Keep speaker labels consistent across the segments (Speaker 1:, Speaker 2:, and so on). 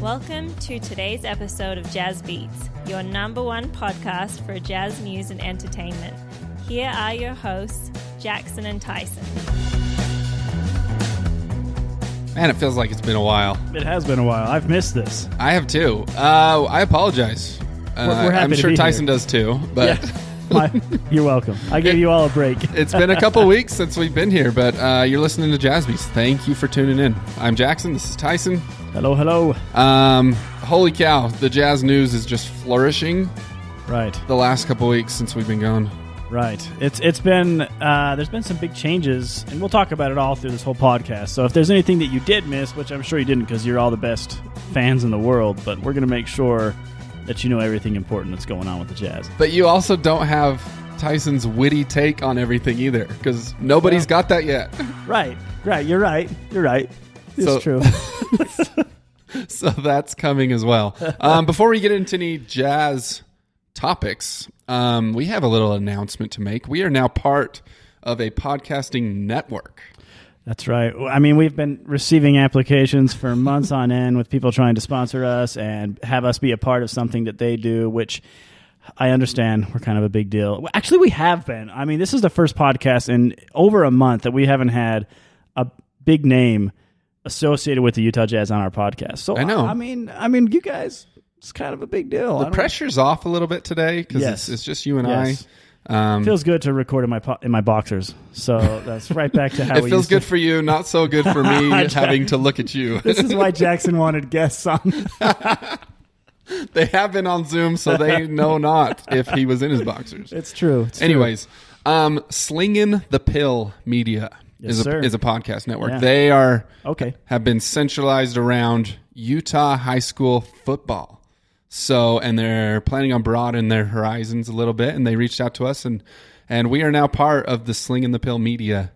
Speaker 1: Welcome to today's episode of Jazz Beats, your number one podcast for jazz news and entertainment. Here are your hosts, Jackson and Tyson.
Speaker 2: Man, it feels like it's been a while.
Speaker 3: It has been a while. I've missed this.
Speaker 2: I have too. Uh, I apologize. Uh,
Speaker 3: We're- we're happy
Speaker 2: I'm
Speaker 3: to
Speaker 2: sure
Speaker 3: be
Speaker 2: Tyson
Speaker 3: here.
Speaker 2: does too, but
Speaker 3: My- you're welcome. I gave you all a break.
Speaker 2: it's been a couple weeks since we've been here. But uh, you're listening to Jazbees. Thank you for tuning in. I'm Jackson. This is Tyson.
Speaker 3: Hello, hello.
Speaker 2: Um, holy cow, the jazz news is just flourishing
Speaker 3: Right,
Speaker 2: the last couple weeks since we've been gone.
Speaker 3: right. It's it's been uh, there's been some big changes, and we'll talk about it all through this whole podcast. So if there's anything that you did miss, which I'm sure you didn't, because you're all the best fans in the world, but we're gonna make sure that you know everything important that's going on with the Jazz.
Speaker 2: But you also don't have Tyson's witty take on everything either, because nobody's got that yet.
Speaker 3: Right, right. You're right. You're right. It's
Speaker 2: So-
Speaker 3: true.
Speaker 2: so that's coming as well. Um, before we get into any jazz topics, um, we have a little announcement to make. We are now part of a podcasting network.
Speaker 3: That's right. Well, I mean, we've been receiving applications for months on end with people trying to sponsor us and have us be a part of something that they do, which I understand we're kind of a big deal. Well, Actually, we have been. I mean, this is the first podcast in over a month that we haven't had a big name associated with the Utah Jazz on our podcast. So
Speaker 2: I know.
Speaker 3: I, mean, I mean, you guys, it's kind of a big deal. I
Speaker 2: The
Speaker 3: don't-
Speaker 2: pressure's off a little bit today because it's,
Speaker 3: Yes.
Speaker 2: it's just you and
Speaker 3: Yes.
Speaker 2: I. Um,
Speaker 3: feels good to record in my po- in my boxers. So that's right back to how
Speaker 2: it
Speaker 3: we
Speaker 2: feels
Speaker 3: used to-
Speaker 2: good for you, not so good for me having to look at you.
Speaker 3: This is why Jackson wanted guests on.
Speaker 2: they have been on Zoom, so they know not if he was in his boxers.
Speaker 3: It's true. It's
Speaker 2: Anyways, um, Slinging the Pill Media
Speaker 3: Yes,
Speaker 2: is, a,
Speaker 3: sir.
Speaker 2: is a podcast network.
Speaker 3: Yeah.
Speaker 2: They are
Speaker 3: Okay.
Speaker 2: have been centralized around Utah high school football. So, and they're planning on broadening their horizons a little bit. And they reached out to us, and and we are now part of the Sling and the Pill Media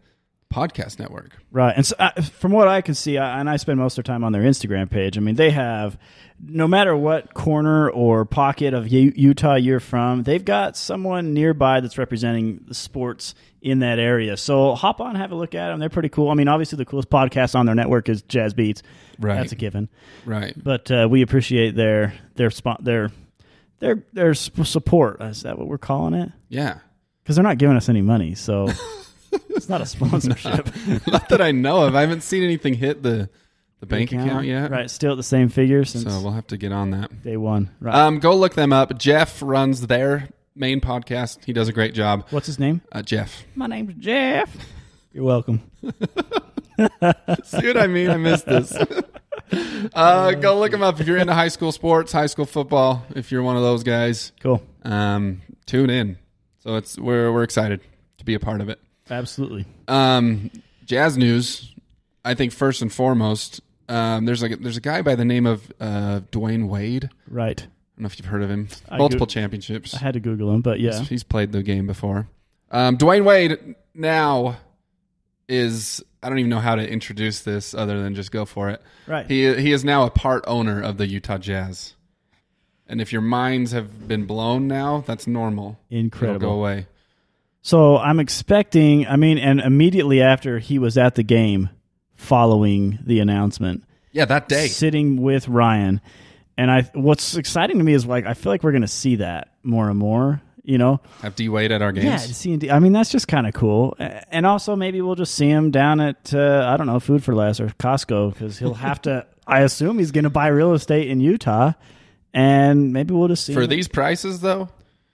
Speaker 2: podcast network.
Speaker 3: Right. And so, uh, from what I can see, I, and I spend most of their time on their Instagram page, I mean, they have, no matter what corner or pocket of U- Utah you're from, they've got someone nearby that's representing the sports in that area. So hop on, have a look at them. They're pretty cool. I mean, obviously, the coolest podcast on their network is Jazz Beats.
Speaker 2: Right.
Speaker 3: That's a given.
Speaker 2: Right.
Speaker 3: But uh, we appreciate their, their, spot, their, their, their sp- support. Is that what we're calling it?
Speaker 2: Yeah.
Speaker 3: Because they're not giving us any money. So. It's not a sponsorship.
Speaker 2: Not that I know of. I haven't seen anything hit the the bank account, yet.
Speaker 3: Right, still at the same figure since
Speaker 2: So uh, we'll have to get on that.
Speaker 3: day one. Right.
Speaker 2: Um, go look them up. Jeff runs their main podcast. He does a great job.
Speaker 3: What's his name?
Speaker 2: Uh, Jeff.
Speaker 3: My name's Jeff. You're welcome.
Speaker 2: See what I mean? I missed this. Uh, go look them up if you're into high school sports, high school football. If you're one of those guys,
Speaker 3: Cool.
Speaker 2: um, tune in. So it's we're we're excited to be a part of it.
Speaker 3: Absolutely.
Speaker 2: Um, jazz news. I think first and foremost, um, there's like a, there's a guy by the name of uh, Dwayne Wade. I
Speaker 3: Right.
Speaker 2: don't know if you've heard of him.
Speaker 3: I
Speaker 2: Multiple
Speaker 3: do-
Speaker 2: championships.
Speaker 3: I had to Google him, but yeah.
Speaker 2: He's, he's played the game before. Um, Dwayne Wade now is I don't even know how to introduce this other than just go for it.
Speaker 3: Right.
Speaker 2: He he is now a part owner of the Utah Jazz. And if your minds have been blown now, that's normal. It'll go
Speaker 3: Incredible.
Speaker 2: away.
Speaker 3: So I'm expecting, I mean, and immediately after he was at the game following the announcement,
Speaker 2: Yeah, that day.
Speaker 3: sitting with Ryan. And I what's exciting to me is like I feel like we're going to see that more and more, you know.
Speaker 2: Have D Wade at our
Speaker 3: Yeah,
Speaker 2: games.
Speaker 3: C and D. I mean, that's just kind of cool. A- And also, maybe we'll just see him down at uh, I don't know, Food for Less or Costco because he'll have to. I assume he's going to buy real estate in Utah, and maybe we'll just see
Speaker 2: For
Speaker 3: him.
Speaker 2: these prices though,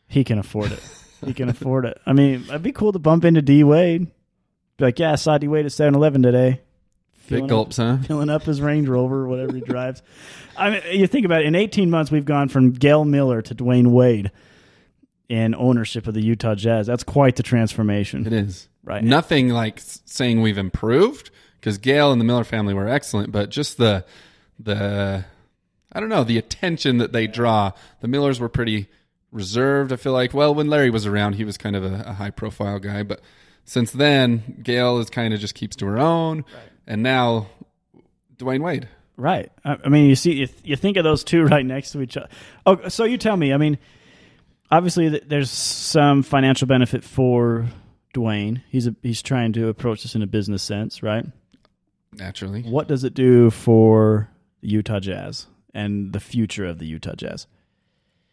Speaker 3: He can afford it. he can afford it. I mean, it'd be cool to bump into D Wade. Be like, yeah, I saw D Wade at 7-Eleven today,
Speaker 2: big
Speaker 3: Feeling-
Speaker 2: gulps, huh?
Speaker 3: filling up his Range Rover, whatever he drives. I mean, you think about it. In eighteen months, we've gone from Gail Miller to Dwayne Wade. In ownership of the Utah Jazz, that's quite the transformation.
Speaker 2: It is.
Speaker 3: Right.
Speaker 2: Nothing like s- saying we've improved because Gail and the Miller family were excellent, but just the the I don't know, the attention that they draw. The Millers were pretty reserved. I feel like well, when Larry was around, he was kind of a, a high profile guy, but since then, Gail is kind of just keeps to her own. And now Dwayne Wade.
Speaker 3: Right. I, I mean, you see, you, th- you think of those two right next to each other. Oh, so you tell me. I mean, obviously, th- there's some financial benefit for Dwayne. He's a, he's trying to approach this in a business sense, right?
Speaker 2: Naturally,
Speaker 3: What does it do for the Utah Jazz and the future of the Utah Jazz.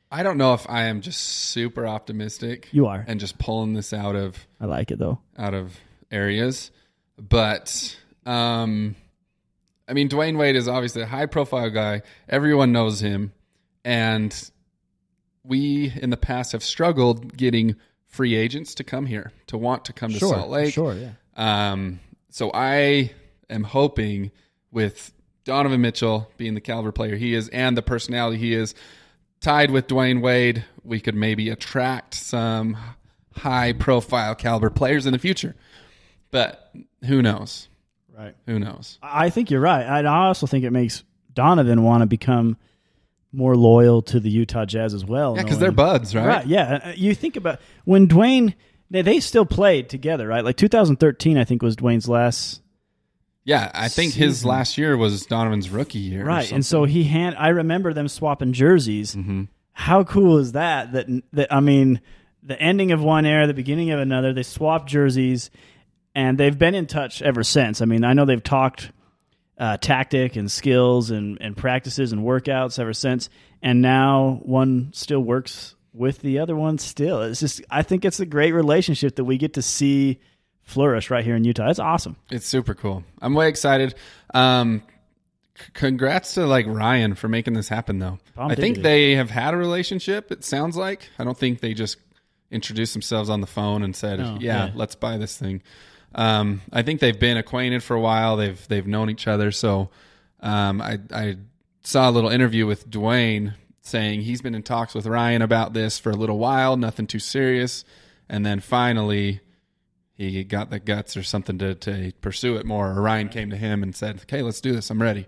Speaker 2: I don't know if I am just super optimistic.
Speaker 3: You are.
Speaker 2: and just pulling this out of
Speaker 3: I like it though.
Speaker 2: out of areas, but um, I mean, Dwayne Wade is obviously a high profile guy. Everyone knows him, and we in the past have struggled getting free agents to come here to want to come to Salt Lake.
Speaker 3: yeah.
Speaker 2: Um, so I am hoping with Donovan Mitchell being the caliber player he is and the personality he is, tied with Dwayne Wade, we could maybe attract some high profile caliber players in the future. But who knows?
Speaker 3: Right.
Speaker 2: Who knows?
Speaker 3: I think you're right. And I also think it makes Donovan want to become more loyal to the Utah Jazz as well.
Speaker 2: Yeah, because they're
Speaker 3: knowing-
Speaker 2: buds, right?
Speaker 3: Right. Yeah. Uh, You think about when Dwayne, they, they still played together, right? Like 2013, I think was Dwayne's last.
Speaker 2: Yeah, I think his
Speaker 3: Season.
Speaker 2: last year was Donovan's rookie year. or
Speaker 3: Right.
Speaker 2: something. Mm-hmm.
Speaker 3: And so he hand, I remember them swapping jerseys. How cool is that? That, that, I mean, the ending of one era, the beginning of another, they swapped jerseys and they've been in touch ever since. I mean, I know they've talked uh, tactic and skills and, and practices and workouts ever since. And now one still works with the other one still. It's just, I think it's a great relationship that we get to see flourish right here in Utah. It's awesome.
Speaker 2: It's super cool. I'm way excited. Um, c- congrats to like Ryan for making this happen, though.
Speaker 3: Bomb
Speaker 2: I think
Speaker 3: diggity.
Speaker 2: they have had a relationship. It sounds like I don't think they just introduced themselves on the phone and said,
Speaker 3: No,
Speaker 2: yeah,
Speaker 3: yeah.
Speaker 2: let's buy this thing." Um, I think they've been acquainted for a while. They've they've known each other. So um, I I saw a little interview with Dwayne saying he's been in talks with Ryan about this for a little while. Nothing too serious. And then finally, he got the guts or something to, to pursue it more. Or Ryan came to him and said, "Okay, let's do this. I'm ready."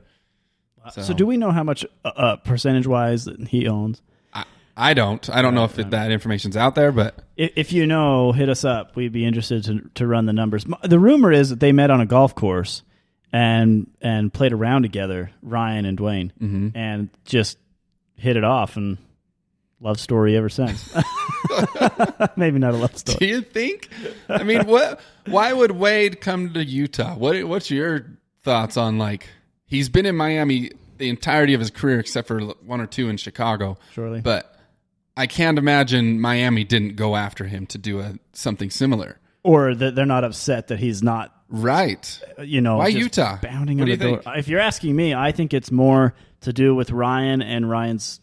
Speaker 3: So, do we know how much uh, uh, percentage wise that he owns?
Speaker 2: I, I don't. I don't know if it, that information's out there, but
Speaker 3: If, if you know, hit us up. We'd be interested to, to run the numbers. M- The rumor is that they met on a golf course and and played around together, Ryan and Dwayne, and just hit it off and love story ever since. Maybe not a love story.
Speaker 2: do you think? I mean, what? Why would Wade come to Utah? What? What's your thoughts on like he's been in Miami the entirety of his career except for one or two in Chicago,
Speaker 3: Surely.
Speaker 2: but. I can't imagine Miami didn't go after him to do a something similar.
Speaker 3: Or that they're not upset that he's not
Speaker 2: Right.
Speaker 3: you know,
Speaker 2: Why
Speaker 3: just
Speaker 2: Utah?
Speaker 3: Bounding
Speaker 2: What
Speaker 3: on
Speaker 2: do
Speaker 3: the
Speaker 2: you
Speaker 3: door.
Speaker 2: think?
Speaker 3: If you're asking me, I think it's more to do with Ryan and Ryan's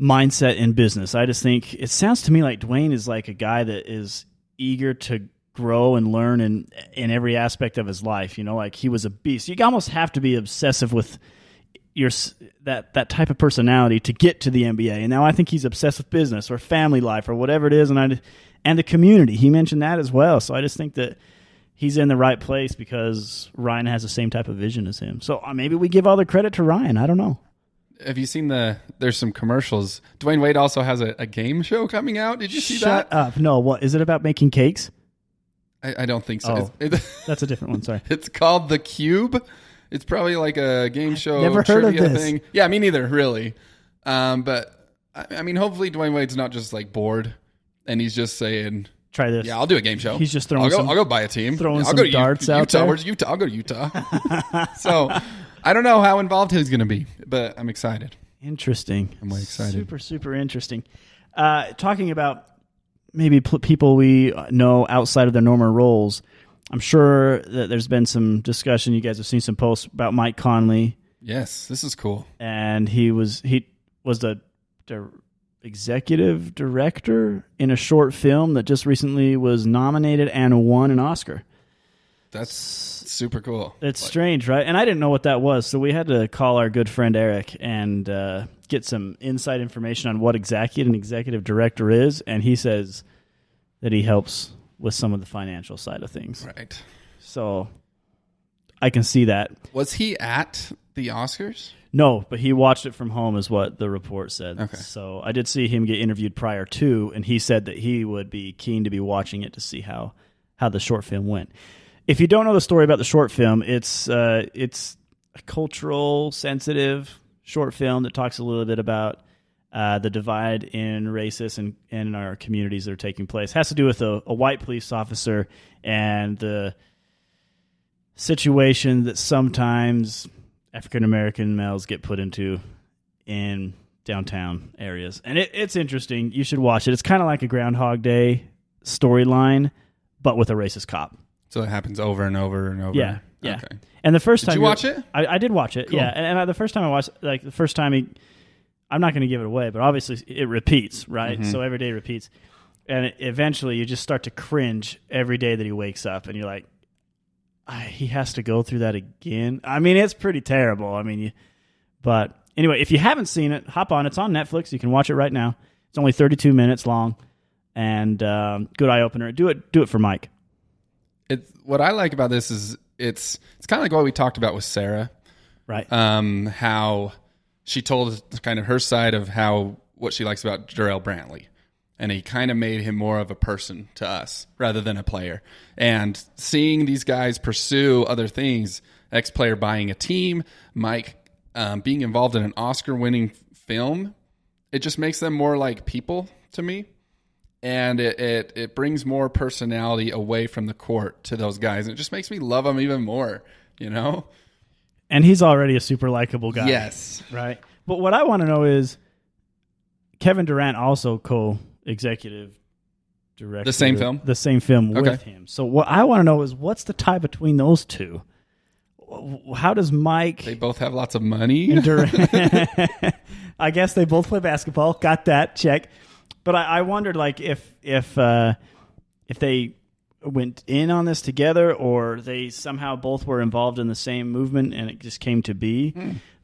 Speaker 3: mindset in business. I just think it sounds to me like Dwayne is like a guy that is eager to grow and learn in in every aspect of his life. You know, like he was a beast. You almost have to be obsessive with your s- that that type of personality to get to the NBA. And now I think he's obsessed with business or family life or whatever it is, and I and the community. He mentioned that as well. So I just think that he's in the right place because Ryan has the same type of vision as him. So uh, maybe we give all the credit to Ryan. I don't know.
Speaker 2: Have you seen the? There's some commercials. Dwayne Wade also has a, a game show coming out. Did you see
Speaker 3: Shut
Speaker 2: that?
Speaker 3: up! No, what is it about making cakes?
Speaker 2: I, I don't think so.
Speaker 3: Oh.
Speaker 2: It's, it-
Speaker 3: That's a different one. Sorry.
Speaker 2: it's called the Cube. It's probably like a game show
Speaker 3: never heard of
Speaker 2: trivia
Speaker 3: this.
Speaker 2: thing. Yeah, me neither, really. Um, but I, I mean, hopefully Dwayne Wade's not just like bored and he's just saying,
Speaker 3: Try this.
Speaker 2: "Yeah, I'll do a game show."
Speaker 3: He's just throwing
Speaker 2: I'll go,
Speaker 3: some-
Speaker 2: I'll go buy a team.
Speaker 3: throwing
Speaker 2: Yeah, I'll
Speaker 3: some
Speaker 2: go to U-
Speaker 3: darts out
Speaker 2: Utah.
Speaker 3: there.
Speaker 2: Where's Utah? I'll go to Utah. so I don't know how involved he's going to be, but I'm excited.
Speaker 3: Interesting. I'm
Speaker 2: way excited.
Speaker 3: Super, super interesting. Uh, talking about maybe pl- people we uh, know outside of their normal roles, I'm sure that there's been some discussion. You guys have seen some posts about Mike Conley,
Speaker 2: Yes, this is cool.
Speaker 3: and he was he was the dir- executive director in a short film that just recently was nominated and won an Oscar.
Speaker 2: That's super cool.
Speaker 3: It's strange, right? And I didn't know what that was, so we had to call our good friend Eric and uh, get some inside information on what exactly an executive director is. And he says that he helps with some of the financial side of things.
Speaker 2: right.
Speaker 3: So I can see that.
Speaker 2: Was he at the Oscars?
Speaker 3: No, but he watched it from home, is what the report said.
Speaker 2: Okay.
Speaker 3: So I did see him get interviewed prior to, and he said that he would be keen to be watching it to see how how the short film went. If you don't know the story about the short film, it's uh, it's a cultural sensitive short film that talks a little bit about uh, the divide in racist and, and in our communities that are taking place. has to do with a, a white police officer and the situation that sometimes African American males get put into in downtown areas. And it, it's interesting. You should watch it. It's kind of like a Groundhog Day storyline, but with a racist cop.
Speaker 2: So it happens over and over and over.
Speaker 3: Yeah, yeah.
Speaker 2: Okay.
Speaker 3: And the first time
Speaker 2: you watch it?
Speaker 3: I, I did watch it. Yeah, and, and I, the first time I watched, like the first time he, I'm not going to give it away, but obviously it repeats, right? So every day repeats, and it, eventually you just start to cringe every day that he wakes up, and you're like, I, he has to go through that again. I mean, it's pretty terrible. I mean, you, but anyway, if you haven't seen it, hop on. It's on Netflix. You can watch it right now. It's only 32 minutes long, and um, good eye opener. Do it. Do it for Mike.
Speaker 2: It, what I like about this is it's it's kind of like what we talked about with Sarah.
Speaker 3: Right.
Speaker 2: um, how she told kind of her side of how what she likes about Darrell Brantley, and he kind of made him more of a person to us rather than a player. And seeing these guys pursue other things, ex player buying a team, Mike um, being involved in an Oscar winning film, it just makes them more like people to me. And it, it, it brings more personality away from the court to those guys. And it just makes me love them even more, you know?
Speaker 3: and he's already a super likable guy.
Speaker 2: Yes.
Speaker 3: Right. But what I want to know is Kevin Durant also co executive director.
Speaker 2: The same film?
Speaker 3: The same film with
Speaker 2: Okay.
Speaker 3: him. So what I want to know is what's the tie between those two? Wh- How does Mike
Speaker 2: They both have lots of money.
Speaker 3: and Durant? I guess they both play basketball. Got that check. But I, I wondered, like, if if uh, if they went in on this together, or they somehow both were involved in the same movement, and it just came to be.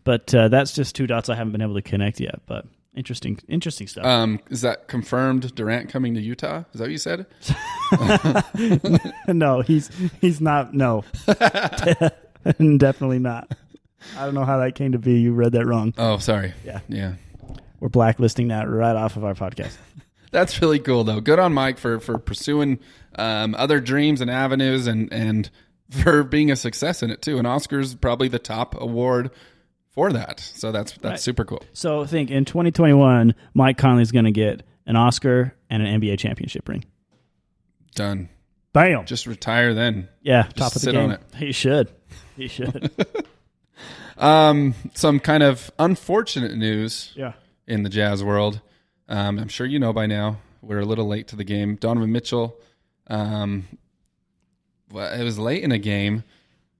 Speaker 3: But uh, that's just two dots I haven't been able to connect yet. But interesting, interesting stuff.
Speaker 2: Um, is that confirmed? Durant coming to Utah? Is that what you said?
Speaker 3: no, he's he's not. No, definitely not. I don't know how that came to be. You read that wrong.
Speaker 2: Oh, sorry.
Speaker 3: Yeah.
Speaker 2: yeah.
Speaker 3: We're blacklisting that right off of our podcast.
Speaker 2: That's really cool, though. Good on Mike for for pursuing um, other dreams and avenues, and and for being a success in it too. And Oscars probably the top award for that. So that's that's super cool.
Speaker 3: So think in 2021, Mike Conley's going to get an Oscar and an NBA championship ring.
Speaker 2: Done.
Speaker 3: Bam.
Speaker 2: Just retire then.
Speaker 3: yeah, top of the
Speaker 2: sit
Speaker 3: game.
Speaker 2: on it.
Speaker 3: He should. He should.
Speaker 2: Um, some kind of unfortunate news
Speaker 3: yeah.
Speaker 2: in the jazz world. Um, I'm sure you know by now. We're a little late to the game. Donovan Mitchell, um, well, it was late in a game,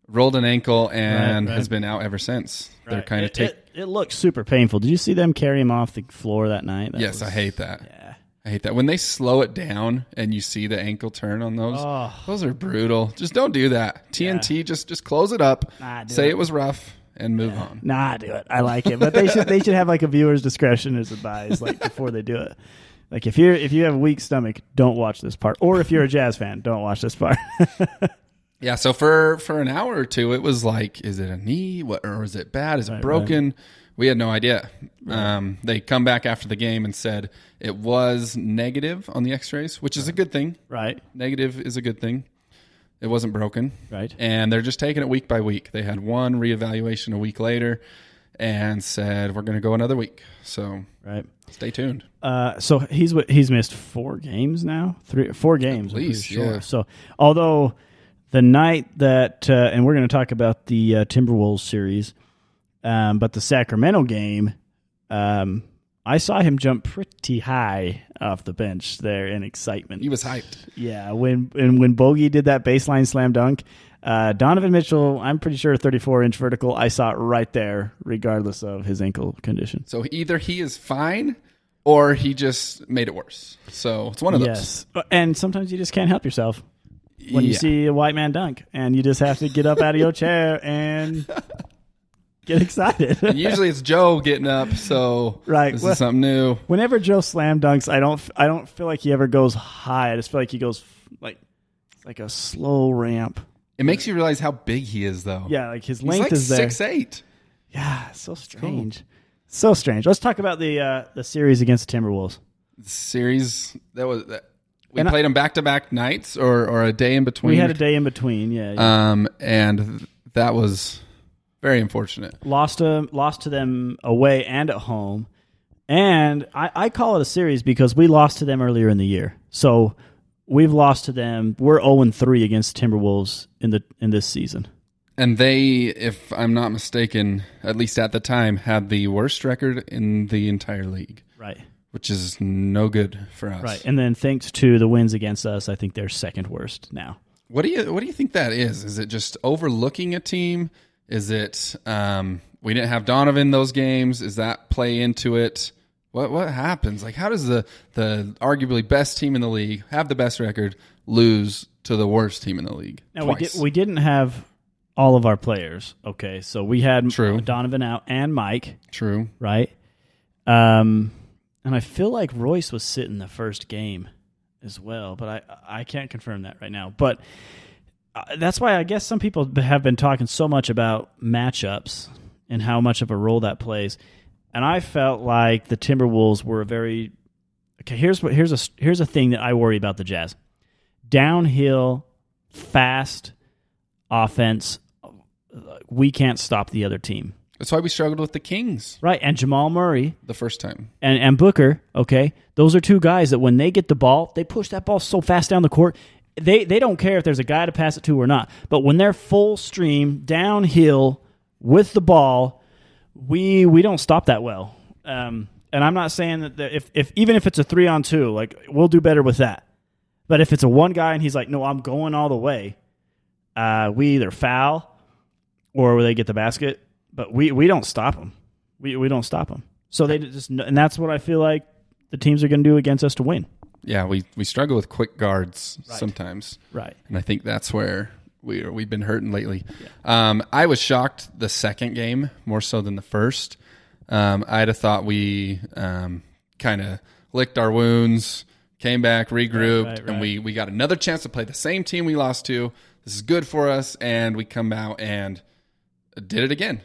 Speaker 2: rolled an ankle and
Speaker 3: Right, right.
Speaker 2: has been out ever since. They're kind of
Speaker 3: it,
Speaker 2: take.
Speaker 3: It, it looks super painful. Did you see them carry him off the floor that night? That
Speaker 2: yes,
Speaker 3: was-
Speaker 2: I hate that. I hate that when they slow it down and you see the ankle turn on those.
Speaker 3: Oh.
Speaker 2: Those are brutal. Just don't do that. TNT. Just just close it up.
Speaker 3: Nah, do
Speaker 2: say
Speaker 3: it.
Speaker 2: it. was rough and move on.
Speaker 3: Nah, do it. I like it, but they should they should have like a viewer's discretion as advised, like before they do it. Like if you're if you have a weak stomach, don't watch this part. Or if you're a jazz fan, don't watch this part.
Speaker 2: Yeah, so for for an hour or two, it was like, is it a knee? What or is it bad? Is it broken? We had no idea. Um, they come back after the game and said it was negative on the X-rays, which is a good thing.
Speaker 3: right.
Speaker 2: Negative is a good thing. It wasn't broken,
Speaker 3: Right.
Speaker 2: and they're just taking it week by week. They had one reevaluation a week later, and said we're going to go another week. So
Speaker 3: Right.
Speaker 2: stay tuned.
Speaker 3: Uh, so he's what he's missed four games now, three, four games, I'm
Speaker 2: least,
Speaker 3: pretty sure.
Speaker 2: yeah.
Speaker 3: So although the night that, uh, and we're going to talk about the uh, Timberwolves series, um, but the Sacramento game, um, I saw him jump pretty high off the bench there in excitement.
Speaker 2: He was hyped.
Speaker 3: Yeah, when and when Bogey did that baseline slam dunk, uh, Donovan Mitchell, I'm pretty sure 34 inch vertical. I saw it right there, regardless of his ankle condition.
Speaker 2: So either he is fine, or he just made it worse. So it's one of those.
Speaker 3: Yes, and sometimes you just can't help yourself when you
Speaker 2: Yeah.
Speaker 3: see a white man dunk, and you just have to get up out of your chair and get excited.
Speaker 2: Usually it's Joe getting up, so
Speaker 3: Right,
Speaker 2: This
Speaker 3: well-
Speaker 2: is something new.
Speaker 3: Whenever Joe slam dunks, I don't I don't feel like he ever goes high. I just feel like he goes like like a slow ramp.
Speaker 2: It makes you realize how big he is, though.
Speaker 3: Yeah, like his
Speaker 2: he's
Speaker 3: length
Speaker 2: like
Speaker 3: is there.
Speaker 2: six eight.
Speaker 3: Yeah, so strange. So strange. Let's talk about the uh, the series against the Timberwolves.
Speaker 2: Series that was that, we
Speaker 3: And I-
Speaker 2: played them back to back nights, or or a day in between.
Speaker 3: We had a day in between. Yeah, yeah.
Speaker 2: um, and that was very unfortunate.
Speaker 3: lost to lost to them away and at home, and I, I call it a series because we lost to them earlier in the year. So oh we've lost to them. We're zero three against Timberwolves in the in this season.
Speaker 2: And they, if I'm not mistaken, at least at the time, had the worst record in the entire league,
Speaker 3: Right.
Speaker 2: which is no good for us.
Speaker 3: Right. And then thanks to the wins against us, I think they're second worst now.
Speaker 2: What do you What do you think that is? Is it just overlooking a team? Is it um, we didn't have Donovan those games? Is that play into it? What What happens? Like, how does the the arguably best team in the league have the best record lose to the worst team in the league
Speaker 3: Now we
Speaker 2: twice?
Speaker 3: did, we didn't have all of our players. Okay. So we had
Speaker 2: True.
Speaker 3: Donovan out and Mike,
Speaker 2: True.
Speaker 3: right? Um and I feel like Royce was sitting the first game as well, but I I can't confirm that right now. But uh, that's why I guess some people b- have been talking so much about matchups and how much of a role that plays. And I felt like the Timberwolves were a very okay. Here's what here's a s- here's a thing that I worry about the Jazz: downhill, fast offense. uh, We can't stop the other team,
Speaker 2: That's why we struggled with the Kings
Speaker 3: right? And Jamal Murray
Speaker 2: the first time.
Speaker 3: and, and Booker, okay, those are two guys that when they get the ball, they push that ball so fast down the court. They they don't care if there's a guy to pass it to or not. But when they're full stream downhill with the ball, we we don't stop that well. Um, and I'm not saying that the, if if even if it's a three on two, like we'll do better with that. But if it's a one guy and he's like, no, I'm going all the way, uh, we either foul or they get the basket. But we, we don't stop them. We, we don't stop them. So they just, and that's what I feel like the teams are going to do against us to win.
Speaker 2: Yeah, we we struggle with quick guards sometimes.
Speaker 3: Right.
Speaker 2: and I think that's where we are, we've been hurting lately. Um, I was shocked the second game more so than the first. Um, I'd have thought we um, kind of licked our wounds, came back, regrouped,
Speaker 3: Right, right,
Speaker 2: and
Speaker 3: right.
Speaker 2: we we got another chance to play the same team we lost to. This is good for us, and we come out and did it again.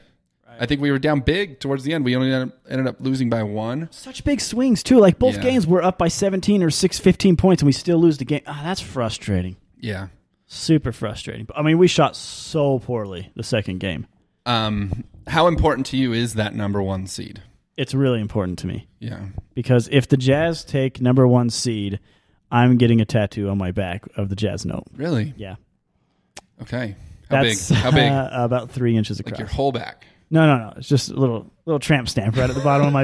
Speaker 2: I think we were down big towards the end. We only ended up- ended up losing by one.
Speaker 3: Such big swings, too. Like both
Speaker 2: Yeah.
Speaker 3: games were up by 17 or 6, 15 points, and we still lose the game. Ah, that's frustrating.
Speaker 2: Yeah,
Speaker 3: Super frustrating. But, I mean, we shot so poorly the second game.
Speaker 2: Um, how important to you is that number one seed?
Speaker 3: It's really important to me
Speaker 2: Yeah.
Speaker 3: because if the Jazz take number one seed, I'm getting a tattoo on my back of the Jazz note.
Speaker 2: Really?
Speaker 3: Yeah.
Speaker 2: Okay. How
Speaker 3: That's
Speaker 2: big? How big?
Speaker 3: uh, about three inches across.
Speaker 2: like your whole back.
Speaker 3: No, no, no. It's just a little little tramp stamp right at the bottom of my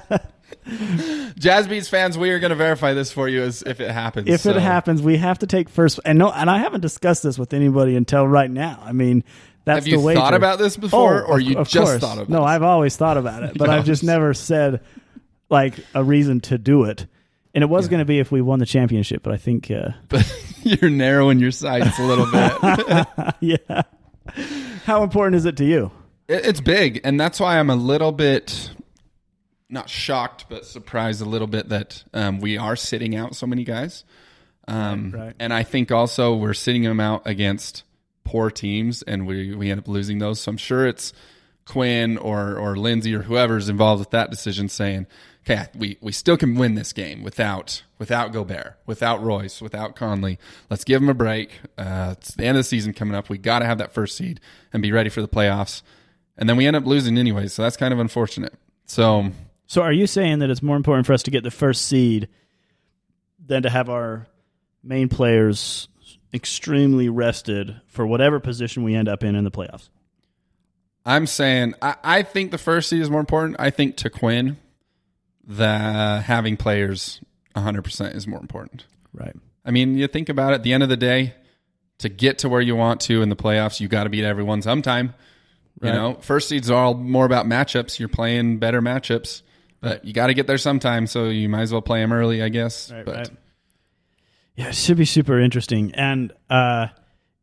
Speaker 3: back.
Speaker 2: Jazz Beats fans, we are going to verify this for you as if it happens.
Speaker 3: If
Speaker 2: so-
Speaker 3: it happens, we have to take first. And no, and I haven't discussed this with anybody until right now. I mean, that's
Speaker 2: Have you
Speaker 3: the way. Oh,
Speaker 2: thought about this before, or you just thought about
Speaker 3: No,
Speaker 2: it?
Speaker 3: I've always thought about it, but I've just never said like a reason to do it. And it was going to be if we won the championship, but I think, uh,
Speaker 2: but you're narrowing your sights a little bit.
Speaker 3: yeah. How important is it to you?
Speaker 2: It- it's big, and that's why I'm a little bit not shocked, but surprised a little bit that um, we are sitting out so many guys. Um,
Speaker 3: Right, right.
Speaker 2: And I think also we're sitting them out against poor teams, and we we end up losing those. So I'm sure it's Quinn or or Lindsay or whoever's involved with that decision saying, "Okay, we we still can win this game without without Gobert, without Royce, without Conley. Let's give them a break. Uh, it's the end of the season coming up. We got to have that first seed and be ready for the playoffs." And then we end up losing anyway, so that's kind of unfortunate. So
Speaker 3: So are you saying that it's more important for us to get the first seed than to have our main players extremely rested for whatever position we end up in in the playoffs?
Speaker 2: I'm saying I, I think the first seed is more important. I think to Quinn, the having players 100% is more important.
Speaker 3: Right.
Speaker 2: I mean, you think about it. At the end of the day, to get to where you want to in the playoffs, you got to beat everyone sometime. You
Speaker 3: Right.
Speaker 2: know, first seeds are all more about matchups. You're playing better matchups, but you got to get there sometime. So you might as well play them early, I guess.
Speaker 3: Right,
Speaker 2: but
Speaker 3: right. Yeah, it should be super interesting. And uh,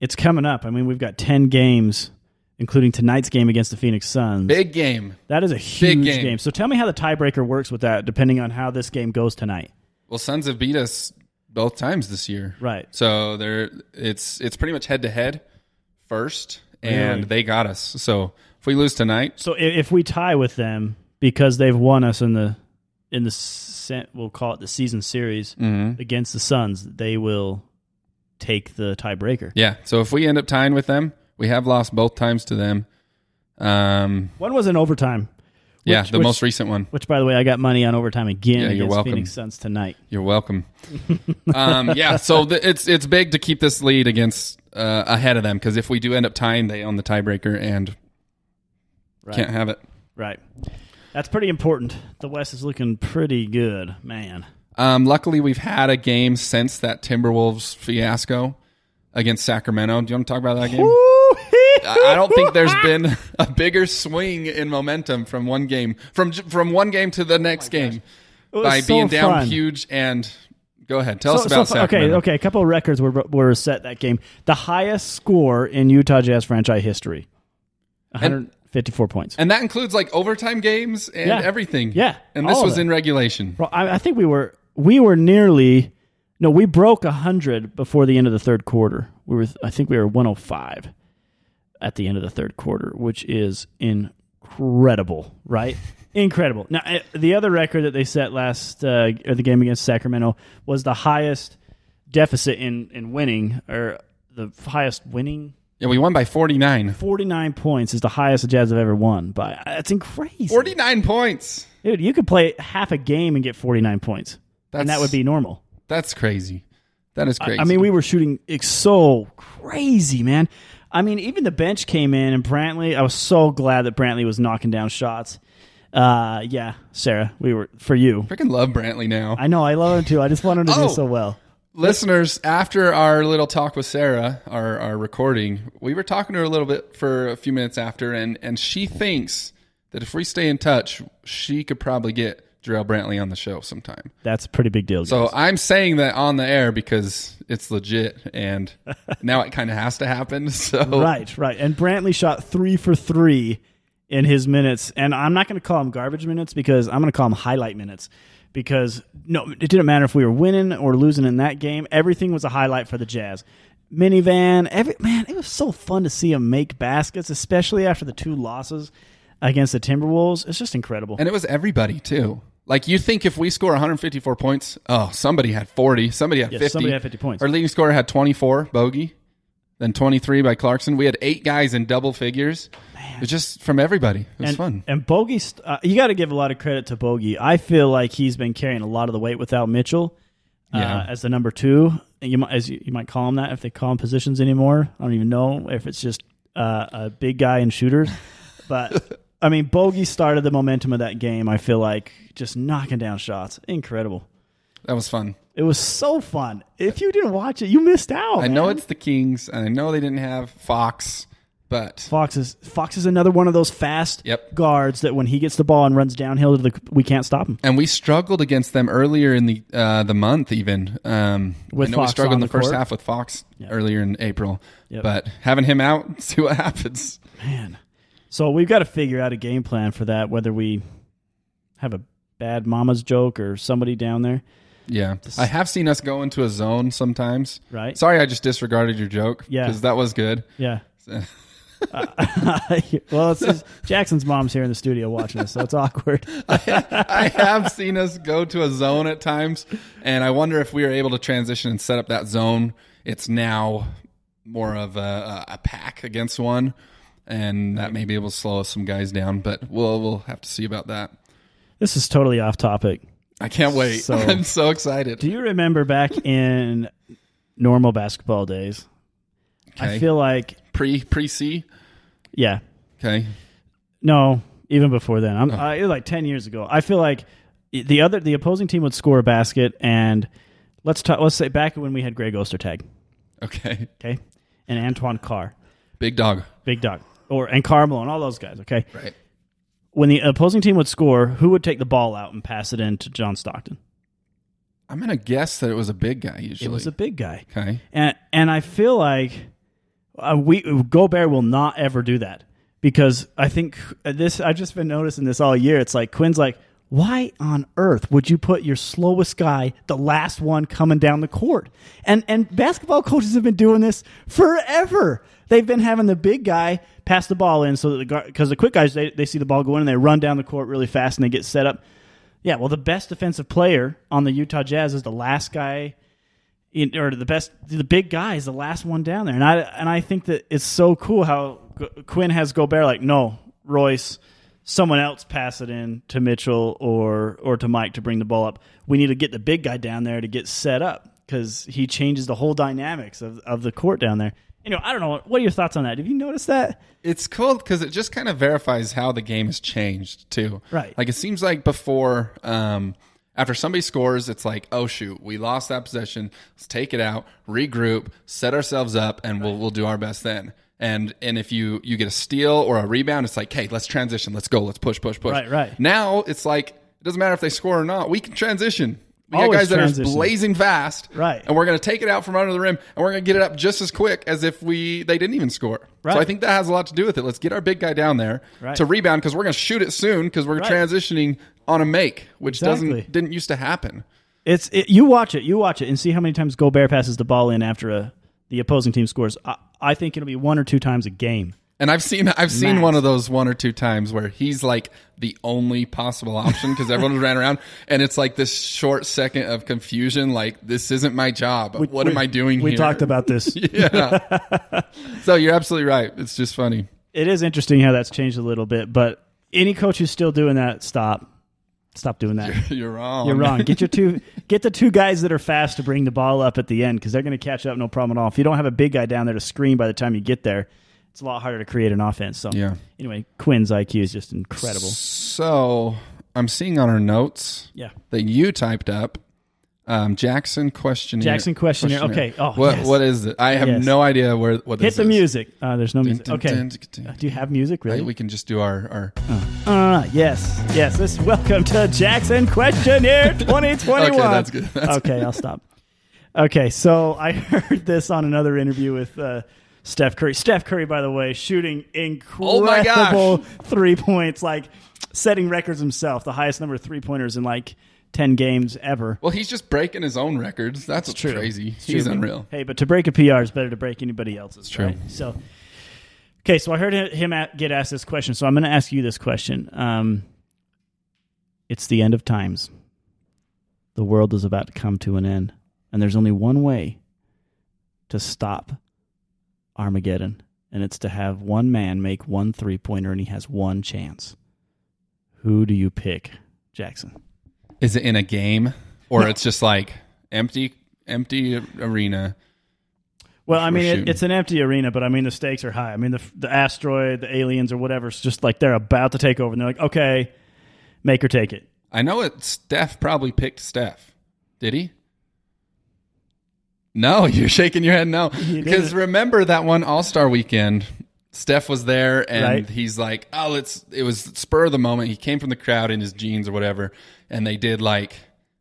Speaker 3: it's coming up. I mean, we've got 10 games, including tonight's game against the Phoenix Suns.
Speaker 2: big game.
Speaker 3: that is a huge
Speaker 2: game.
Speaker 3: game. So tell me how the tiebreaker works with that, depending on how this game goes tonight.
Speaker 2: Well, Suns have beat us both times this year.
Speaker 3: Right.
Speaker 2: So they're it's it's pretty much head to head first, and
Speaker 3: Really?
Speaker 2: they got us. So if we lose tonight,
Speaker 3: So i- if we tie with them because they've won us in the in the se- we'll call it the season series
Speaker 2: Mm-hmm.
Speaker 3: against the Suns, they will take the tiebreaker.
Speaker 2: yeah. So if we end up tying with them, we have lost both times to them. Um,
Speaker 3: One was in overtime,
Speaker 2: yeah,
Speaker 3: Which-
Speaker 2: the
Speaker 3: which-
Speaker 2: most recent one.
Speaker 3: which by the way, I got money on overtime again
Speaker 2: Yeah, you're
Speaker 3: against
Speaker 2: welcome.
Speaker 3: Phoenix Suns tonight.
Speaker 2: You're welcome. um, yeah, so th- it's it's big to keep this lead against uh, ahead of them because if we do end up tying, they own the tiebreaker and
Speaker 3: Right.
Speaker 2: can't have it.
Speaker 3: Right. That's pretty important. The West is looking pretty good, man.
Speaker 2: Um, luckily, we've had a game since that Timberwolves fiasco against Sacramento. Do you want to talk about that game? I I don't think there's been a bigger swing in momentum from one game from from one game to the next
Speaker 3: Oh
Speaker 2: game
Speaker 3: was
Speaker 2: by
Speaker 3: so
Speaker 2: being down
Speaker 3: fun.
Speaker 2: huge. And go ahead, tell us
Speaker 3: So- so
Speaker 2: about
Speaker 3: far- okay,
Speaker 2: Sacramento.
Speaker 3: okay. A couple of records were were set that game. The highest score in Utah Jazz franchise history, 154 points.
Speaker 2: And that includes like overtime games and
Speaker 3: Yeah.
Speaker 2: everything.
Speaker 3: Yeah,
Speaker 2: And this
Speaker 3: all of
Speaker 2: was
Speaker 3: it.
Speaker 2: in regulation.
Speaker 3: Well, I, I think we were we were nearly no, we broke hundred before the end of the third quarter. We were I think we were 105 at the end of the third quarter, which is incredible, right? incredible. Now eh, the other record that they set last uh, or the game against Sacramento was the highest deficit in in winning or the highest winning.
Speaker 2: Yeah, we won by 49.
Speaker 3: 49 points is the highest the Jazz have ever won by. That's crazy.
Speaker 2: 49 points.
Speaker 3: Dude, you could play half a game and get 49 points. and that
Speaker 2: That's-
Speaker 3: would be normal.
Speaker 2: That's crazy. That is crazy.
Speaker 3: I mean, we were shooting it's so crazy, man. I mean, even the bench came in, and Brantley. I was so glad that Brantley was knocking down shots. Uh, yeah, Sarah, we were for you.
Speaker 2: freaking love Brantley now.
Speaker 3: I know, I love him too. I just want him to
Speaker 2: Oh.
Speaker 3: do so well.
Speaker 2: Listeners, after our little talk with Sarah, our, our recording, we were talking to her a little bit for a few minutes after, and, and she thinks that if we stay in touch, she could probably get Jarrell Brantley on the show sometime.
Speaker 3: That's a pretty big deal.
Speaker 2: So
Speaker 3: guys.
Speaker 2: I'm saying that on the air because it's legit, and now it kind of has to happen. So
Speaker 3: right, right. And Brantley shot three for three in his minutes, and I'm not going to call them garbage minutes because I'm going to call them highlight minutes. Because no, it didn't matter if we were winning or losing in that game. Everything was a highlight for the Jazz. Minivan, every man, it was so fun to see him make baskets, especially after the two losses against the Timberwolves. It's just incredible.
Speaker 2: And it was everybody too. Like you think if we score 154 points, oh, somebody had 40, somebody had
Speaker 3: Yes,
Speaker 2: 50.
Speaker 3: somebody had 50 points.
Speaker 2: Our leading scorer had 24, Bogey, then 23 by Clarkson. We had eight guys in double figures. It was just from everybody. It was
Speaker 3: and,
Speaker 2: fun.
Speaker 3: And Bogey, st- uh, you got to give a lot of credit to Bogey. I feel like he's been carrying a lot of the weight without Mitchell uh,
Speaker 2: Yeah.
Speaker 3: as the number two. And You might, as you, you might call him that if they call him positions anymore. I don't even know if it's just uh, a big guy and shooters. But I mean, Bogey started the momentum of that game. I feel like just knocking down shots, incredible.
Speaker 2: That was fun.
Speaker 3: It was so fun. If you didn't watch it, you missed out.
Speaker 2: I know it's the Kings, and I know they didn't have Fox, but
Speaker 3: Fox is Fox is another one of those fast
Speaker 2: Yep.
Speaker 3: guards that when he gets the ball and runs downhill to the we can't stop him.
Speaker 2: and we struggled against them earlier in the uh, the month. Even um,
Speaker 3: With
Speaker 2: I know
Speaker 3: Fox
Speaker 2: we struggled in
Speaker 3: on
Speaker 2: the,
Speaker 3: the
Speaker 2: first
Speaker 3: court.
Speaker 2: half with Fox earlier in April,
Speaker 3: Yep.
Speaker 2: but having him out, see what happens.
Speaker 3: Man. So we've got to figure out a game plan for that, whether we have a bad mama's joke or somebody down there.
Speaker 2: Yeah, I have seen us go into a zone sometimes.
Speaker 3: Right.
Speaker 2: Sorry, I just disregarded your joke.
Speaker 3: Yeah.
Speaker 2: because that was good.
Speaker 3: Yeah. Uh, well, it's just, Jackson's mom's here in the studio watching us, so it's awkward.
Speaker 2: I have seen us go to a zone at times, and I wonder if we are able to transition and set up that zone. It's now more of a, a pack against one, and that may be able to slow some guys down. But we'll we'll have to see about that.
Speaker 3: This is totally off topic.
Speaker 2: I can't wait.
Speaker 3: So-
Speaker 2: I'm so excited.
Speaker 3: Do you remember back in normal basketball days? I
Speaker 2: Okay.
Speaker 3: feel like,
Speaker 2: pre pre C.
Speaker 3: yeah,
Speaker 2: Okay.
Speaker 3: No, even before then. I'm, I, it was like 10 years ago. I feel like the other the opposing team would score a basket and let's talk let's say back when we had Greg Ostertag,
Speaker 2: Okay.
Speaker 3: okay? And Antoine Carr,
Speaker 2: Big dog.
Speaker 3: Big Dog, or and Carmelo and all those guys, okay?
Speaker 2: Right.
Speaker 3: When the opposing team would score, who would take the ball out and pass it in to John Stockton?
Speaker 2: I'm gonna guess that it was a big guy usually.
Speaker 3: It was a big guy.
Speaker 2: okay.
Speaker 3: and and I feel like uh, we Gobert will not ever do that because I think uh, this I've just been noticing this all year. It's like Quinn's like, why on earth would you put your slowest guy, the last one coming down the court? And and basketball coaches have been doing this forever. They've been having the big guy pass the ball in so that the guard because the quick guys they, they see the ball go in and they run down the court really fast and they get set up. Yeah, well, the best defensive player on the Utah Jazz is the last guy in, or the best, the big guy is the last one down there, and I and I think that it's so cool how G- Quinn has Gobert like no Royce, someone else pass it in to Mitchell or or to Mike to bring the ball up. We need to get the big guy down there to get set up because he changes the whole dynamics of of the court down there. Anyway, I don't know. What are your thoughts on that? Have you noticed that?
Speaker 2: It's cool because it just kind of verifies how the game has changed too.
Speaker 3: Right.
Speaker 2: Like it seems like before, um, after somebody scores, it's like, oh shoot, we lost that possession. Let's take it out, regroup, set ourselves up, and we'll we'll do our best then. And and if you you get a steal or a rebound, it's like, hey, let's transition, let's go, let's push, push, push.
Speaker 3: Right, right.
Speaker 2: Now it's like it doesn't matter if they score or not. We can transition. We
Speaker 3: Always
Speaker 2: got guys that
Speaker 3: transition.
Speaker 2: are blazing fast,
Speaker 3: Right.
Speaker 2: And we're going to take it out from under the rim, and we're going to get it up just as quick as if we they didn't even score.
Speaker 3: Right.
Speaker 2: So I think that has a lot to do with it. Let's get our big guy down there
Speaker 3: Right.
Speaker 2: to rebound because we're going to shoot it soon because we're transitioning on a make, which
Speaker 3: Exactly.
Speaker 2: doesn't didn't used to happen.
Speaker 3: It's it, you watch it, you watch it, and see how many times Gobert passes the ball in after a, the opposing team scores. I, I think it'll be one or two times a game.
Speaker 2: And I've seen I've seen
Speaker 3: Max.
Speaker 2: one of those one or two times where he's like the only possible option because everyone ran around, and it's like this short second of confusion. Like this isn't my job. what am I doing?
Speaker 4: We
Speaker 2: here?
Speaker 4: talked about this.
Speaker 2: yeah. so you're absolutely right. It's just funny.
Speaker 3: It is interesting how that's changed a little bit, but any coach who's still doing that, stop, stop doing that.
Speaker 2: You're wrong.
Speaker 3: You're wrong. Get your two, get the two guys that are fast to bring the ball up at the end because they're going to catch up no problem at all. If you don't have a big guy down there to screen by the time you get there, it's a lot harder to create an offense. So
Speaker 2: Yeah.
Speaker 3: Anyway, Quinn's IQ is just incredible.
Speaker 2: So I'm seeing on our notes
Speaker 3: Yeah.
Speaker 2: that you typed up um, Jackson questionnaire.
Speaker 3: Jackson questionnaire. Okay. Oh,
Speaker 2: what
Speaker 3: yes.
Speaker 2: what is it? I have
Speaker 3: Yes.
Speaker 2: no idea where what
Speaker 3: Hit
Speaker 2: this
Speaker 3: the
Speaker 2: is.
Speaker 3: music. Uh, there's no
Speaker 2: Dun,
Speaker 3: music.
Speaker 2: dun,
Speaker 3: Okay.
Speaker 2: dun, dun,
Speaker 3: Uh,
Speaker 2: dun.
Speaker 3: Do you have music?
Speaker 2: I think
Speaker 3: Really?
Speaker 2: we can just do our, our
Speaker 3: Uh, yes. Yes. This, welcome to Jackson Questionnaire 2021.
Speaker 2: Okay, that's good. That's
Speaker 3: okay, I'll stop. Okay, so I heard this on another interview with uh, Steph Curry. Steph Curry, by the way, shooting incredible
Speaker 2: Oh my gosh.
Speaker 3: three points, like setting records himself, the highest number of three pointers in like 10 games ever.
Speaker 2: Well, he's just breaking his own records. That's
Speaker 3: true.
Speaker 2: crazy.
Speaker 3: It's
Speaker 2: he's
Speaker 3: true.
Speaker 2: unreal.
Speaker 3: Hey, but to break a PR is better to break anybody else's.
Speaker 2: true.
Speaker 3: right? So, okay, so I heard him a- get asked this question. So I'm going to ask you this question. Um, it's the end of times. The world is about to come to an end, and there's only one way to stop Armageddon, and it's to have one man make one three pointer, and he has one chance. Who do you pick, Jackson?
Speaker 2: Is it in a game or it's just like empty empty arena?
Speaker 3: Well, I
Speaker 2: We're
Speaker 3: mean, it,
Speaker 2: shooting.
Speaker 3: it's an empty arena, but I mean, the stakes are high. I mean, the, the asteroid, the aliens, or whatever, it's just like they're about to take over, and they're like, okay, make or take it.
Speaker 2: I know it. Steph probably picked Steph. Did he? No, you're shaking your head no. Because remember that one All Star weekend, Steph was there and
Speaker 3: Right.
Speaker 2: he's like, "Oh, let's." It was spur of the moment. He came from the crowd in his jeans or whatever, and they did like,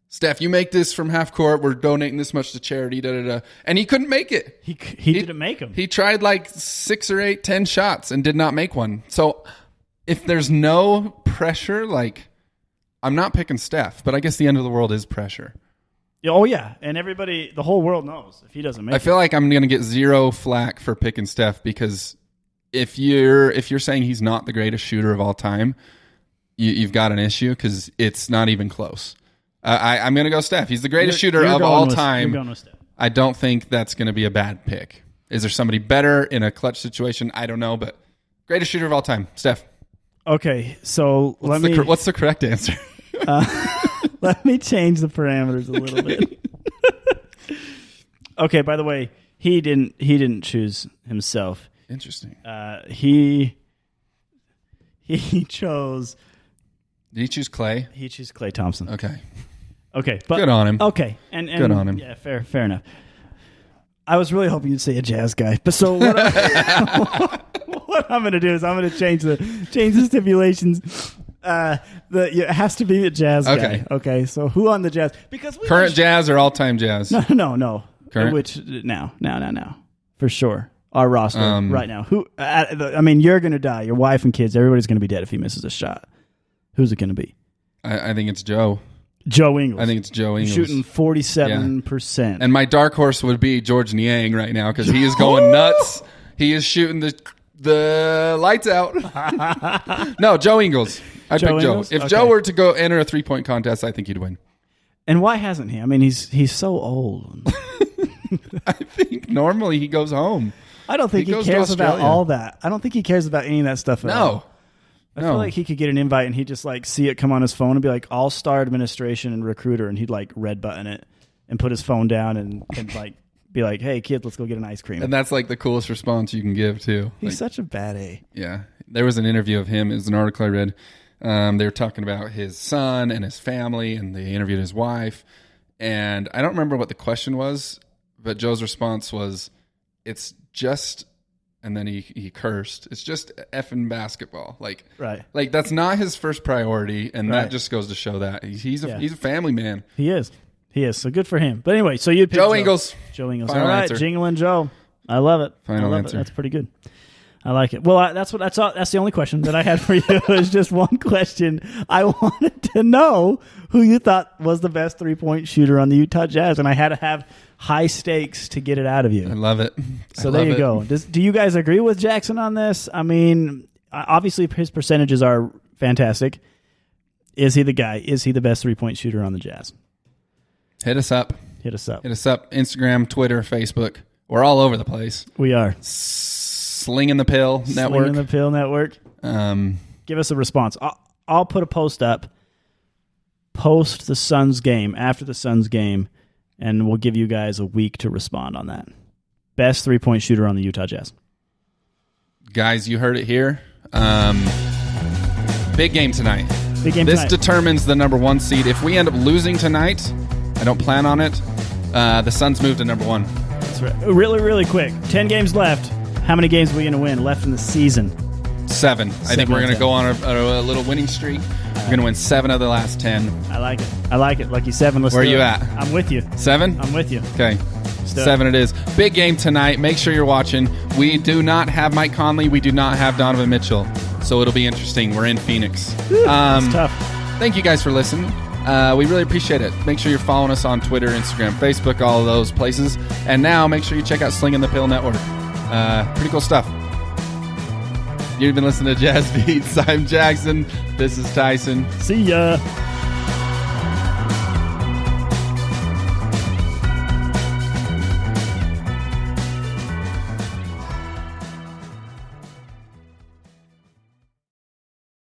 Speaker 2: "Steph, you make this from half court. We're donating this much to charity." Da da da. And he couldn't make it.
Speaker 3: He c- he, didn't make them.
Speaker 2: He tried like six or eight, ten shots and did not make one. So if there's no pressure, like I'm not picking Steph, but I guess the end of the world is pressure.
Speaker 3: oh yeah, and everybody, the whole world knows if he doesn't make
Speaker 2: I feel like I'm gonna get zero flack for picking Steph because if you're if you're saying he's not the greatest shooter of all time, you, you've got an issue because it's not even close. Uh, I, I'm gonna go Steph. He's the
Speaker 3: it,
Speaker 2: greatest shooter
Speaker 3: You're
Speaker 2: of
Speaker 3: going
Speaker 2: all
Speaker 3: with-
Speaker 2: time.
Speaker 3: You're going with Steph.
Speaker 2: I don't think that's going to be a bad pick. Is there somebody better in a clutch situation? I don't know, but greatest shooter of all time, Steph.
Speaker 3: Okay, so let
Speaker 2: What's, the,
Speaker 3: me
Speaker 2: cor- what's the correct answer?
Speaker 3: let me change the parameters a little bit. okay, by the way, he didn't he didn't choose himself.
Speaker 2: Interesting.
Speaker 3: Uh, he he chose
Speaker 2: Did you choose Clay?
Speaker 3: he chose Clay Thompson.
Speaker 2: Okay.
Speaker 3: Okay, but
Speaker 2: Good on him.
Speaker 3: Okay, and, and
Speaker 2: Good on him.
Speaker 3: Yeah, fair, fair enough. I was really hoping you'd say a jazz guy, but so what? I, what I'm going to do is I'm going to change the change the stipulations. Uh, the it has to be a jazz
Speaker 2: Okay.
Speaker 3: guy. Okay, so who on the jazz? Because we
Speaker 2: Current jazz or all time jazz?
Speaker 3: no, no, no.
Speaker 2: Current?
Speaker 3: Which now, now, now, now, for sure. Our roster
Speaker 2: Um,
Speaker 3: right now. Who? Uh, I mean, you're going to die. Your wife and kids. Everybody's going to be dead if he misses a shot. Who's it going to be?
Speaker 2: I, I think it's Joe.
Speaker 3: Joe Ingles.
Speaker 2: I think it's Joe Ingles.
Speaker 3: shooting forty-seven percent.
Speaker 2: And my dark horse would be George Niang right now because he is going nuts. He is shooting the the lights out. no, Joe Ingles. I
Speaker 3: Joe
Speaker 2: pick Joe.
Speaker 3: Ingles?
Speaker 2: If
Speaker 3: Okay.
Speaker 2: Joe were to go enter a three point contest, I think he'd win.
Speaker 3: And why hasn't he? I mean, he's he's so old.
Speaker 2: Normally, he goes home.
Speaker 3: I don't think
Speaker 2: He
Speaker 3: he,
Speaker 2: goes to
Speaker 3: cares about
Speaker 2: Australia.
Speaker 3: all that. I don't think he cares about any of that stuff. At
Speaker 2: No.
Speaker 3: all.
Speaker 2: I
Speaker 3: I feel like he could get an invite and he'd just like see it come on his phone and be like all star administration and recruiter, and he'd like red button it and put his phone down and, and like be like, "Hey kids, let's go get an ice cream."
Speaker 2: And that's like the coolest response you can give too.
Speaker 3: He's
Speaker 2: Like,
Speaker 3: such a bad A.
Speaker 2: yeah, there was an interview of him. It was an article I read. Um, they were talking about his son and his family, and they interviewed his wife. And I don't remember what the question was, but Joe's response was, "It's just," and then he he cursed. It's just effing basketball, like
Speaker 3: Right.
Speaker 2: like that's not his first priority, and that
Speaker 3: Right.
Speaker 2: just goes to show that he's, he's a
Speaker 3: Yeah.
Speaker 2: he's a family man.
Speaker 3: He is. He is. So good for him. But anyway, so you picked
Speaker 2: Joe Ingles.
Speaker 3: Joe Ingles.
Speaker 2: Final
Speaker 3: All right,
Speaker 2: answer.
Speaker 3: Jingle and Joe. I love it. I
Speaker 2: Final
Speaker 3: love
Speaker 2: answer.
Speaker 3: It. That's pretty good. I like it. Well, I, that's what that's all, that's the only question that I had for you. was just one question. I wanted to know who you thought was the best three point shooter on the Utah Jazz, and I had to have high stakes to get it out of you.
Speaker 2: I love it.
Speaker 3: So
Speaker 2: I
Speaker 3: there
Speaker 2: love
Speaker 3: you
Speaker 2: it.
Speaker 3: go. Does, do you guys agree with Jackson on this? I mean, uh, obviously his percentages are fantastic. Is he the guy? Is he the best three point shooter on the Jazz?
Speaker 2: Hit us up.
Speaker 3: Hit us up.
Speaker 2: Hit us up. Instagram, Twitter, Facebook. We're all over the place.
Speaker 3: We are
Speaker 2: Slinging the Pill Network.
Speaker 3: Slinging the Pill Network.
Speaker 2: um,
Speaker 3: Give us a response. I'll, I'll put a post up. Post the Suns game after the Suns game, and we'll give you guys a week to respond on that. Best three point shooter on the Utah Jazz.
Speaker 2: guys, you heard it here. Um, big game tonight.
Speaker 3: Big game
Speaker 2: This
Speaker 3: tonight.
Speaker 2: determines the number one seed. If we end up losing tonight, I don't plan on it. Uh, the Suns move to number one.
Speaker 3: That's right. Really, really quick. Ten games left. How many games are we going to win left in the season?
Speaker 2: Seven. I think
Speaker 3: Seven
Speaker 2: we're going
Speaker 3: out
Speaker 2: to
Speaker 3: of
Speaker 2: go on a, a, a little winning streak. We're going to win seven of the last ten.
Speaker 3: I like it. I like it. Lucky seven. Let's
Speaker 2: Where
Speaker 3: do
Speaker 2: you
Speaker 3: it.
Speaker 2: at?
Speaker 3: I'm with you.
Speaker 2: Seven?
Speaker 3: I'm with you.
Speaker 2: Okay.
Speaker 3: do it.
Speaker 2: Seven it is. Big game tonight. Make sure you're watching. We do not have Mike Conley. We do not have Donovan Mitchell. So it'll be interesting. We're in Phoenix. Um,
Speaker 3: It's tough.
Speaker 2: thank you guys for listening. Uh, we really appreciate it. Make sure you're following us on Twitter, Instagram, Facebook, all of those places. And now make sure you check out Slinging the Pill Network. Uh, pretty cool stuff. You've been listening to Jazz Beats. I'm Jackson. This is Tyson.
Speaker 3: See ya.